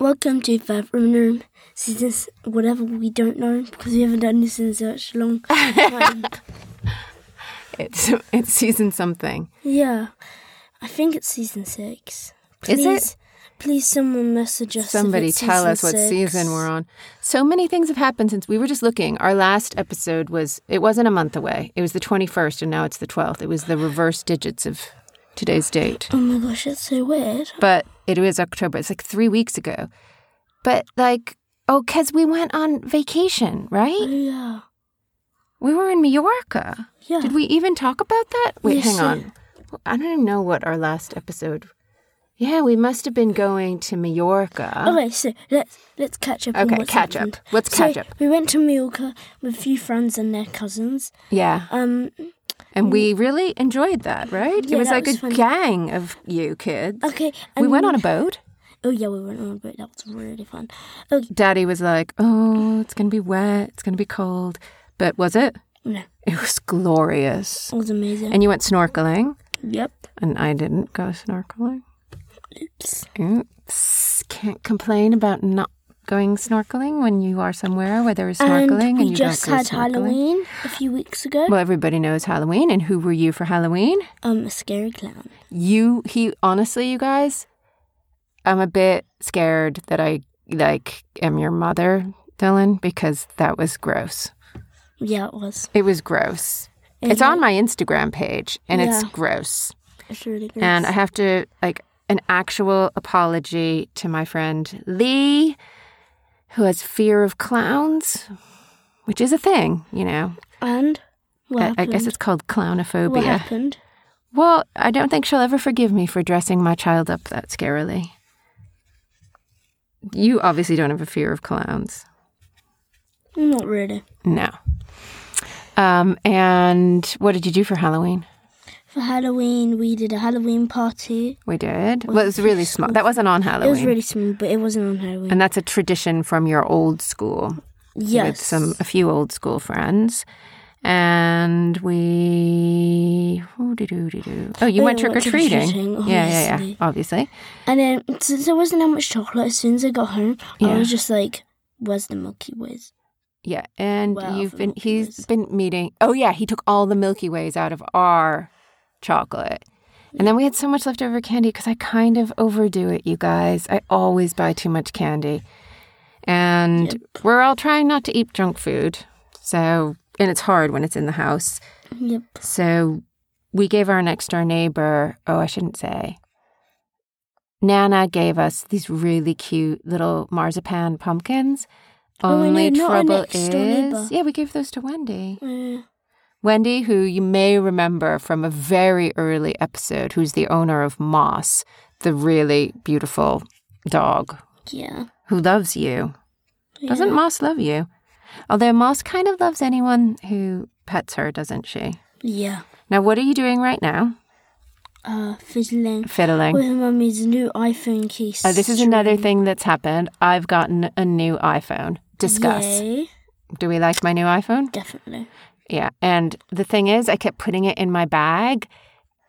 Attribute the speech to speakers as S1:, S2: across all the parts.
S1: Welcome to Five Room Room, season s- whatever we don't know because we haven't done this in such long time.
S2: It's it's season something.
S1: yeah, I think it's season six.
S2: Is it?
S1: Please, Please, someone message us. if
S2: Somebody
S1: it's
S2: tell
S1: season
S2: us what
S1: six.
S2: season we're on. So many things have happened since we were just looking. Our last episode was it wasn't a month away. It was the 21st and now it's the 12th. It was the reverse digits of today's date.
S1: Oh my gosh, that's so weird.
S2: But it was October. It's like 3 weeks ago. But like oh cuz we went on vacation,
S1: Oh,
S2: right?
S1: yeah,
S2: We were in Mallorca.
S1: yeah.
S2: Did we even talk about that? Wait,
S1: Yes,
S2: hang
S1: yeah.
S2: on. I don't even know what our last episode. Yeah, we must have been going to Mallorca.
S1: Okay, so let's let's catch up. on
S2: Okay,
S1: what's
S2: catch up.
S1: happened.
S2: Let's
S1: So
S2: catch up.
S1: We went to Mallorca with a few friends and their cousins.
S2: Yeah.
S1: Um,
S2: And we really enjoyed that, right?
S1: Yeah,
S2: it was
S1: that
S2: like
S1: was
S2: a
S1: fun.
S2: gang of you kids.
S1: okay,
S2: We went
S1: and-
S2: on a boat.
S1: Oh yeah, we went on a boat. That was really fun. Okay,
S2: Daddy was like, oh, it's going to be wet. It's going to be cold. But was it?
S1: no, it
S2: It was glorious.
S1: was amazing.
S2: And you went snorkeling,
S1: yep.
S2: and I didn't go snorkeling.
S1: Oops.
S2: Oops. Can't complain about not going snorkeling when you are somewhere where there is snorkeling
S1: and
S2: and,
S1: we
S2: you
S1: just
S2: don't go
S1: had
S2: snorkeling.
S1: Halloween a few weeks ago.
S2: Well, everybody knows Halloween, and who were you for Halloween?
S1: um, a scary clown.
S2: you he honestly you guys i'm a bit scared that i like am your mother dylan because that was gross
S1: Yeah, it was.
S2: it was gross it's on my instagram page and it's
S1: Yeah.
S2: gross
S1: It's really good.
S2: and i have to like an actual apology to my friend lee who has fear of clowns which is a thing you know
S1: and what
S2: I, I
S1: happened?
S2: guess it's called clownophobia
S1: what happened?
S2: well i don't think she'll ever forgive me for dressing my child up that scarily you obviously don't have a fear of clowns.
S1: Not really.
S2: No. Um, and what did you do for Halloween?
S1: For Halloween, we did a Halloween party.
S2: We did. Well, it was really small. That wasn't on Halloween.
S1: It was really small, but it wasn't on Halloween.
S2: and that's a tradition from your old school
S1: yes.
S2: with some a few old school friends. And we oh, doo-doo-doo-doo. oh you
S1: We
S2: went
S1: went
S2: trick or treating.
S1: trick-or-treating,
S2: Yeah, yeah, yeah.
S1: obviously.
S2: Obviously.
S1: And then since there wasn't that much chocolate, as soon as I got home, I
S2: Yeah.
S1: was just like, "Where's the Milky Ways?"
S2: Yeah, and
S1: Well,
S2: you've
S1: the
S2: been
S1: Milky
S2: he's
S1: Ways.
S2: been meeting. Oh yeah, he took all the Milky Ways out of our chocolate. And then we had so much leftover candy because I kind of overdo it, you guys. I always buy too much candy. And we're all trying not to eat junk food. So, and it's hard when it's in the house.
S1: Yep.
S2: So, we gave our next door neighbor, oh, I shouldn't say, Nana gave us these really cute little marzipan pumpkins.
S1: Oh, I
S2: Only
S1: know, not our
S2: trouble
S1: next door neighbor.
S2: is, yeah, we gave those to Wendy.
S1: Uh,
S2: Wendy, who you may remember from a very early episode, who's the owner of Moss, the really beautiful dog
S1: yeah.
S2: who loves you. Doesn't
S1: Yeah.
S2: Moss love you? Although Moss kind of loves anyone who pets her, doesn't she?
S1: Yeah.
S2: Now, what are you doing right now?
S1: Uh, fiddling.
S2: Fiddling.
S1: With mummy's new iPhone case.
S2: Oh, this is another thing that's happened. I've gotten a new iPhone. Discuss.
S1: Yay.
S2: Do we like my new iPhone?
S1: Definitely.
S2: Yeah. And the thing is, I kept putting it in my bag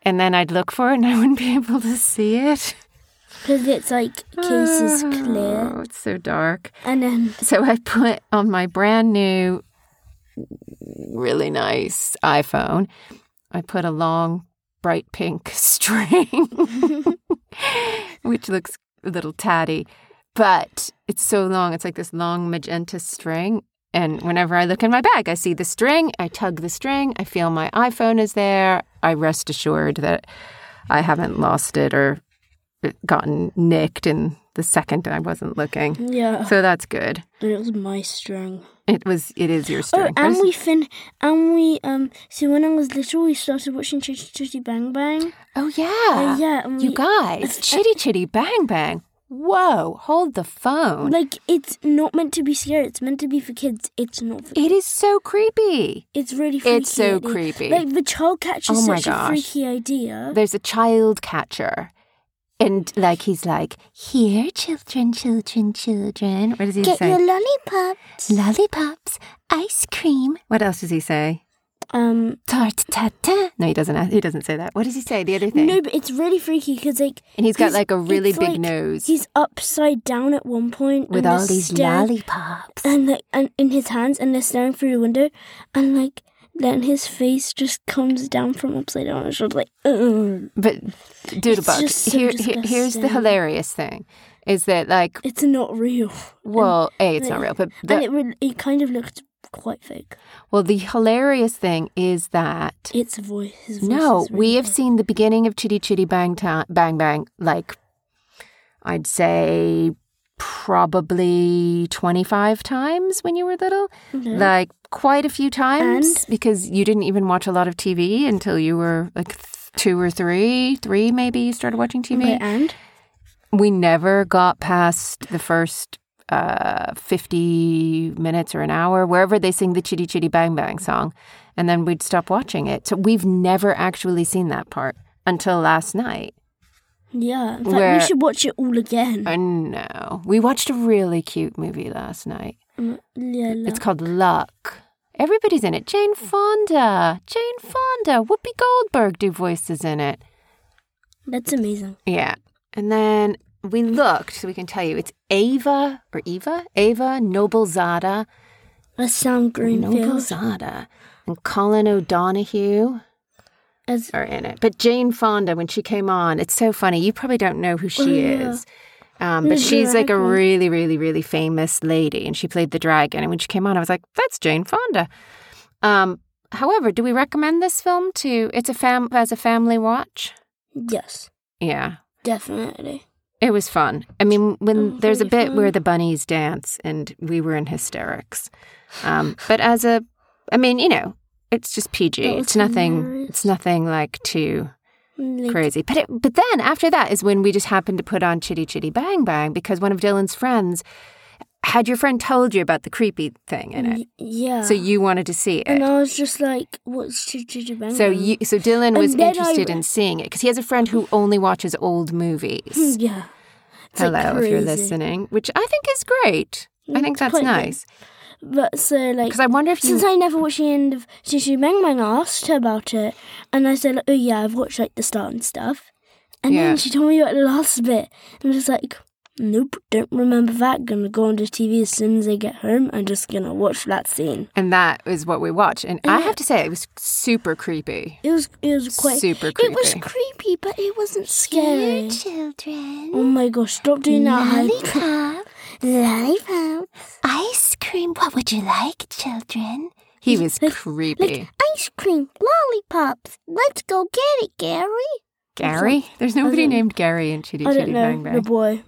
S2: and then I'd look for it and I wouldn't be able to see it.
S1: Because it's like case is clear.
S2: Oh, it's so dark.
S1: And then
S2: So I put on my brand new, really nice iPhone, I put a long, bright pink string, which looks a little tatty, but it's so long. It's like this long magenta string. And whenever I look in my bag, I see the string, I tug the string, I feel my iPhone is there. I rest assured that I haven't lost it or gotten nicked in the second I wasn't looking.
S1: yeah.
S2: So that's good.
S1: But it was my string.
S2: It was. It is your strength.
S1: Oh, and
S2: There's-
S1: we fin and we um so when I was little we started watching Chitty Chitty Bang Bang.
S2: oh
S1: Uh,
S2: yeah.
S1: yeah, and
S2: You
S1: we-
S2: guys, chitty chitty bang bang. Whoa! Hold the phone.
S1: Like it's not meant to be scary, it's meant to be for kids. It's not for
S2: it is so creepy.
S1: it's really freaky.
S2: It's so
S1: idea.
S2: creepy.
S1: Like the child catch is
S2: Oh my
S1: such
S2: gosh.
S1: a freaky idea.
S2: There's a child catcher, and like he's like, here, children, children, children. What does he
S1: Get
S2: say?
S1: your lollipop.
S2: Lollipops, ice cream. What else does he say?
S1: um,
S2: Tart tatin. No, he doesn't. ask- He doesn't say that. What does he say? The other thing.
S1: no, but it's really freaky because like
S2: and he's got
S1: he's-
S2: like a really
S1: it's
S2: big
S1: like
S2: nose
S1: he's upside down at one point
S2: with
S1: and
S2: all
S1: they're
S2: these
S1: staring-
S2: lollipops.
S1: and like and in his hands and they're staring through the window and like then his face just comes down from upside down and shoulder like Ugh.
S2: But Doodlebug,
S1: just so
S2: here, here, here's the
S1: disgusting.
S2: hilarious thing: is that like,
S1: it's not real
S2: well, a, it's not
S1: and-
S2: real, but
S1: and
S2: the,
S1: it re- it kind of looked quite fake
S2: well, the hilarious thing is that
S1: it's a voice his voice
S2: no,
S1: is
S2: we
S1: really
S2: have
S1: bad.
S2: seen the beginning of Chitty Chitty Bang Ta- Bang Bang, like I'd say probably twenty five times when you were little.
S1: Okay.
S2: like quite a few times
S1: And?
S2: because you didn't even watch a lot of TV until you were like th- two or three, three maybe you started watching TV.
S1: Okay, and
S2: We never got past the first uh, 50 minutes or an hour, wherever they sing the Chitty Chitty Bang Bang song. And then we'd stop watching it. So we've never actually seen that part until last night.
S1: yeah in fact,
S2: Where-
S1: we should watch it all again
S2: Oh, no. We watched a really cute movie last night.
S1: Mm, yeah,
S2: It's
S1: like-
S2: called Luck. Everybody's in it. Jane Fonda. Jane Fonda. Whoopi Goldberg do voices in it.
S1: that's amazing
S2: Yeah. And then we looked, so we can tell you it's Ava or Eva? Ava Noblezada.
S1: that's Sam Greenfield
S2: Noblezada. And Colin O'Donoghue
S1: as
S2: are in it. But Jane Fonda, when she came on, it's so funny. You probably don't know who she
S1: Oh, yeah.
S2: is. Um, but
S1: Yeah,
S2: she's like a
S1: exactly.
S2: really, really, really famous lady, and she played the dragon. And when she came on, I was like, "That's Jane Fonda." Um, however, do we recommend this film to? It's a fam as a family watch.
S1: yes
S2: Yeah,
S1: definitely
S2: it was fun. I mean,
S1: Oh,
S2: when there's a
S1: very
S2: bit where
S1: fun.
S2: the bunnies dance, and we were in hysterics. Um, but as a, I mean, you know, it's just PG.
S1: That was
S2: It's nothing.
S1: hilarious.
S2: It's nothing like too
S1: Like,
S2: crazy. But it, but then after that is when we just happened to put on Chitty Chitty Bang Bang because one of Dylan's friends had your friend told you about the creepy thing in it,
S1: y- yeah
S2: so you wanted to see
S1: and
S2: it.
S1: I was just like, "What's Chichita Bang?"
S2: So
S1: Bang?
S2: you, so Dylan was
S1: And then I
S2: interested
S1: re-
S2: in seeing it because he has a friend who only watches old movies.
S1: yeah, It's,
S2: Hello,
S1: like,
S2: if you're
S1: crazy.
S2: listening, which I think is great. I
S1: Mm,
S2: think
S1: it's
S2: that's
S1: quite good.
S2: nice
S1: But so like,
S2: because I wonder if
S1: since
S2: you.
S1: I never watched the end of Chichita Bang Bang, I asked her about it, and I said, like, "Oh yeah, I've watched like the start and stuff," and
S2: Yeah.
S1: then she told me about the last bit, and I was like. Nope, don't remember that. Gonna go on the TV as soon as I get home. I'm just gonna watch that scene.
S2: And that is what we watch. And I
S1: Yeah.
S2: have to say, it was super creepy.
S1: It was, it was quite
S2: Super
S1: It was
S2: creepy.
S1: creepy, but it wasn't scary.
S3: children.
S1: Oh my gosh! Stop doing that. Hyde.
S3: Lollipop,
S1: Lollipop.
S3: ice cream. What would you like, children?
S2: He was
S1: Like-
S2: creepy.
S1: Like ice cream, lollipops. Let's go get it, Gary.
S2: Gary? There's nobody
S1: don't-
S2: named Gary in Chitty
S1: I don't
S2: Chitty
S1: know
S2: Bang
S1: the
S2: Bang.
S1: boy.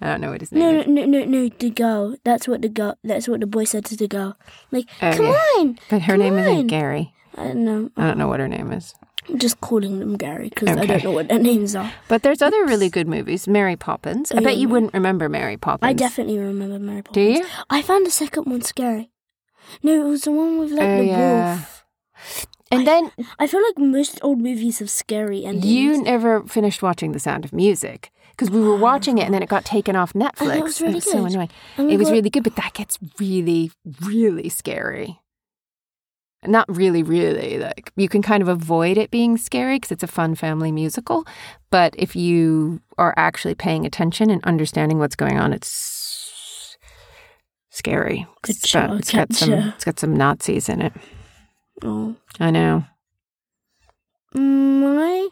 S2: I don't know what his name
S1: No, no,
S2: is.
S1: no, no, no, the girl. That's what the girl. That's what the boy said to the girl. Like,
S2: Oh,
S1: come
S2: yeah.
S1: on.
S2: But her name isn't
S1: on.
S2: Gary.
S1: I don't know.
S2: I don't know what her name is.
S1: I'm just calling them Gary because I
S2: Okay.
S1: don't know what their names are.
S2: But there's other really good movies. Mary Poppins. I
S1: Oh,
S2: bet
S1: yeah,
S2: you
S1: Mary-
S2: wouldn't remember Mary Poppins.
S1: I definitely remember Mary
S2: Do
S1: Poppins.
S2: you?
S1: I found the second one scary. No, it was the one with like
S2: Oh,
S1: the
S2: yeah.
S1: wolf.
S2: And
S1: I-
S2: then
S1: I feel like most old movies have scary endings.
S2: you never finished watching The Sound of Music because we were watching it and then it got taken off Netflix.
S1: And it was really
S2: it's so
S1: good.
S2: annoying.
S1: Oh my
S2: It was
S1: God.
S2: really good, but that gets really, really scary. Not really, really. Like you can kind of avoid it being scary because it's a fun family musical. But if you are actually paying attention and understanding what's going on, it's scary.
S1: Good
S2: 'Cause It's got,
S1: job,
S2: it's got
S1: good
S2: some.
S1: job.
S2: It's got some Nazis in it.
S1: Oh.
S2: I know.
S1: My,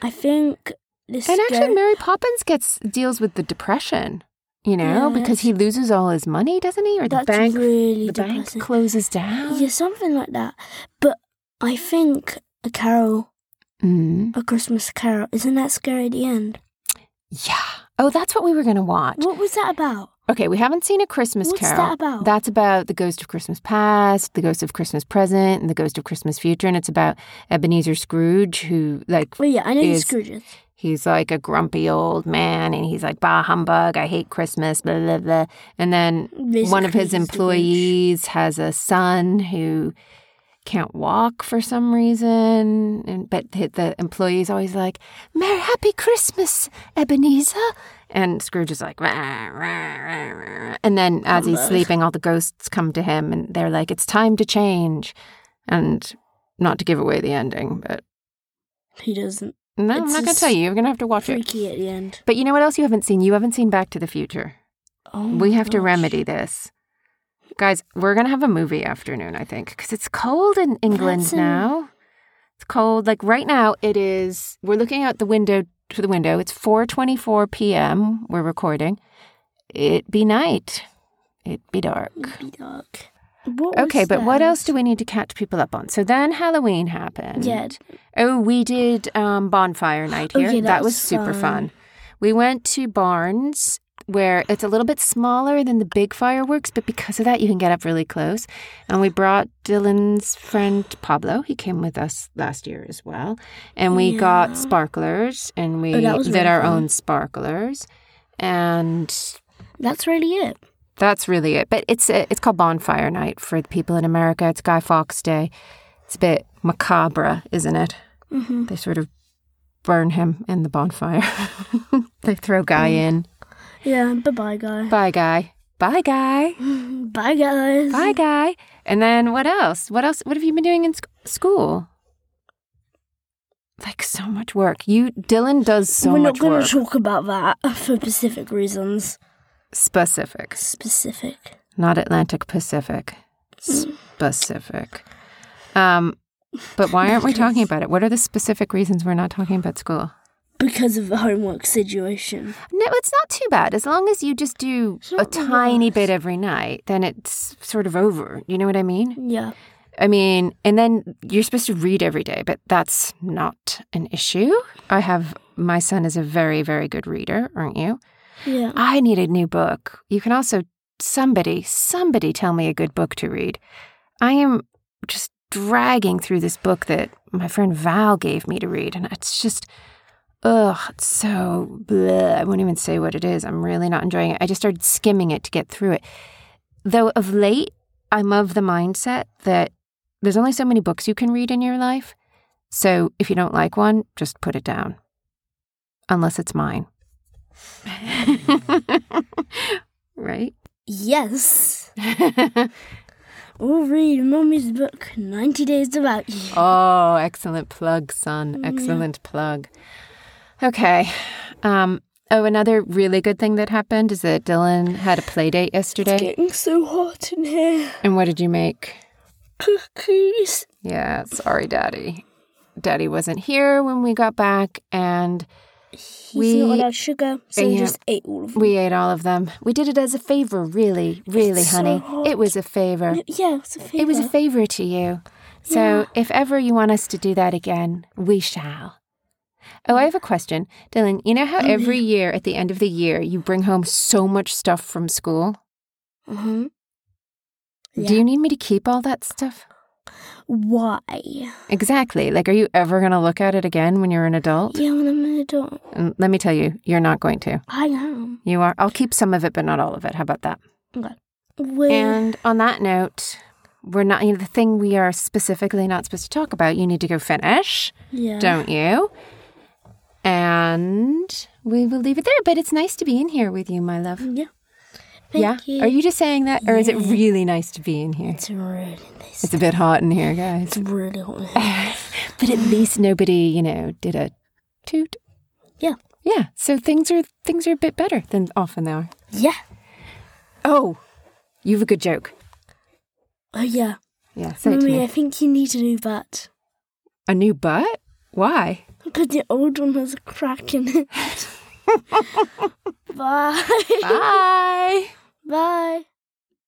S1: I think this.
S2: And actually, Mary Poppins gets deals with the depression. You know,
S1: Yeah,
S2: because
S1: that's-
S2: he loses all his money, doesn't he? Or the
S1: that's
S2: bank.
S1: really
S2: the bank
S1: depressing.
S2: closes down.
S1: Yeah, something like that. But I think a carol,
S2: Mm.
S1: a Christmas carol, isn't that scary at the end?
S2: Yeah. Oh, that's what we were going to watch.
S1: What was that about?
S2: Okay, we haven't seen a Christmas
S1: What's
S2: Carol.
S1: that about?
S2: That's about the ghost of Christmas past, the ghost of Christmas present, and the ghost of Christmas future. And it's about Ebenezer Scrooge, who like
S1: Well, Oh, yeah, I know
S2: Is-
S1: the Scrooges.
S2: he's like a grumpy old man, and he's like bah humbug, I hate Christmas, blah blah blah. And then one
S1: Basically,
S2: of his
S1: he's the Grinch.
S2: employees has a son who can't walk for some reason, and but the, the employee's always like, "Merry Happy Christmas, Ebenezer," and Scrooge is like, "Rah, rah, rah, rah, rah." and then as he's
S1: Humbug.
S2: sleeping, all the ghosts come to him, and they're like, "It's time to change." And not to give away the ending, but
S1: He doesn't.
S2: no, I'm
S1: It's
S2: not going to
S1: just
S2: tell you. You're going to have to watch it.
S1: Freaky at the end.
S2: But you know what else you haven't seen? You haven't seen Back to the Future.
S1: Oh
S2: we
S1: my
S2: have to
S1: gosh.
S2: remedy this. Guys, we're going to have a movie afternoon, I think, because it's cold in England
S1: That's in-
S2: now. It's cold. Like right now, it is, we're looking out the window to the window. It's 4.24 p.m. We're recording. It be night. It be dark.
S1: Be dark. What was
S2: Okay, but what
S1: that?
S2: else do we need to catch people up on? So then Halloween happened.
S1: Yeah.
S2: Oh, we did um, bonfire night here.
S1: Okay,
S2: that,
S1: Oh, that
S2: was,
S1: was
S2: super fun.
S1: fun.
S2: We went to Barnes, where it's a little bit smaller than the big fireworks, but because of that, you can get up really close. And we brought Dylan's friend Pablo. He came with us last year as well. And we
S1: Yeah.
S2: got sparklers, and we
S1: Oh, that was
S2: did
S1: really
S2: our
S1: fun.
S2: own sparklers. And
S1: That's really it.
S2: that's really it. But it's a, it's called Bonfire Night for the people in America. It's Guy Fawkes Day. It's a bit macabre, isn't it?
S1: Mm-hmm.
S2: They sort of burn him in the bonfire. they throw Guy
S1: Mm.
S2: in.
S1: Yeah. Bye, bye, guy.
S2: Bye, Guy. Bye, Guy.
S1: Mm-hmm. Bye, guys.
S2: Bye, Guy. And then what else? What else? What have you been doing in sc- school? Like so much work. You Dylan does so
S1: We're not
S2: much
S1: going
S2: work.
S1: to talk about that for specific reasons.
S2: Specific,
S1: Specific.
S2: not Atlantic Pacific. Specific. Um, but why aren't we talking about it? What are the specific reasons we're not talking about school?
S1: Because of the homework situation.
S2: No, it's not too bad. As long as you just do a
S1: not
S2: tiny bit every night, then it's sort of over. You know what I mean?
S1: Yeah.
S2: I mean, and then you're supposed to read every day, but that's not an issue. I have my son is a very, very good reader, aren't you?
S1: Yeah.
S2: I need a new book. You can also, somebody, somebody tell me a good book to read. I am just dragging through this book that my friend Val gave me to read, and it's just, ugh, it's so, bleh. I won't even say what it is. I'm really not enjoying it. I just started skimming it to get through it. Though of late, I'm of the mindset that there's only so many books you can read in your life. So if you don't like one, just put it down. Unless it's mine. right?
S1: Yes. We'll read Mummy's book, 90 Days About You.
S2: oh, excellent plug, son.
S1: Yeah.
S2: Excellent plug. Okay. Um, oh, another really good thing that happened is that Dylan had a play date yesterday.
S1: getting so hot in here.
S2: And what did you make?
S1: Cookies.
S2: Yeah, sorry, Daddy. Daddy wasn't here when we got back, and
S1: He's
S2: We-
S1: not allowed sugar, so he
S2: Yeah.
S1: just ate all of them.
S2: we ate all of them. We did it as a favor, really, really,
S1: It's so
S2: honey.
S1: hot.
S2: it was a favor.
S1: No, yeah, it's a favorite.
S2: It was a favor to you. So if ever you want us to do that again, we shall. Oh, I have a question. Dylan, you know how every year at the end of the year you bring home so much stuff from school?
S1: uh-huh.
S2: Do you need me to keep all that stuff?
S1: Why?
S2: Exactly. Like, are you ever going to look at it again when you're an adult?
S1: Yeah, when I'm an adult.
S2: And let me tell you, you're not going to.
S1: I am.
S2: You are. I'll keep some of it, but not all of it. How about that?
S1: Okay. Where?
S2: And on that note, we're not, you know, the thing we are specifically not supposed to talk about, you need to go finish.
S1: yeah.
S2: don't you? And we will leave it there. But it's nice to be in here with you, my love.
S1: Yeah. Thank
S2: yeah.
S1: you.
S2: Are you just saying that, or is it really nice to be in here?
S1: It's really nice.
S2: It's a bit hot in here, guys.
S1: It's really hot in here.
S2: But at least nobody, you know, did a toot.
S1: Yeah.
S2: Yeah. So things are things are a bit better than often they are.
S1: Yeah.
S2: Oh, you have a good joke.
S1: Oh, yeah.
S2: Yeah. Say it to
S1: Mummy, I
S2: me.
S1: think you need a new bat.
S2: A new butt? Why?
S1: Because the old one has a crack in it. Bye.
S2: Bye.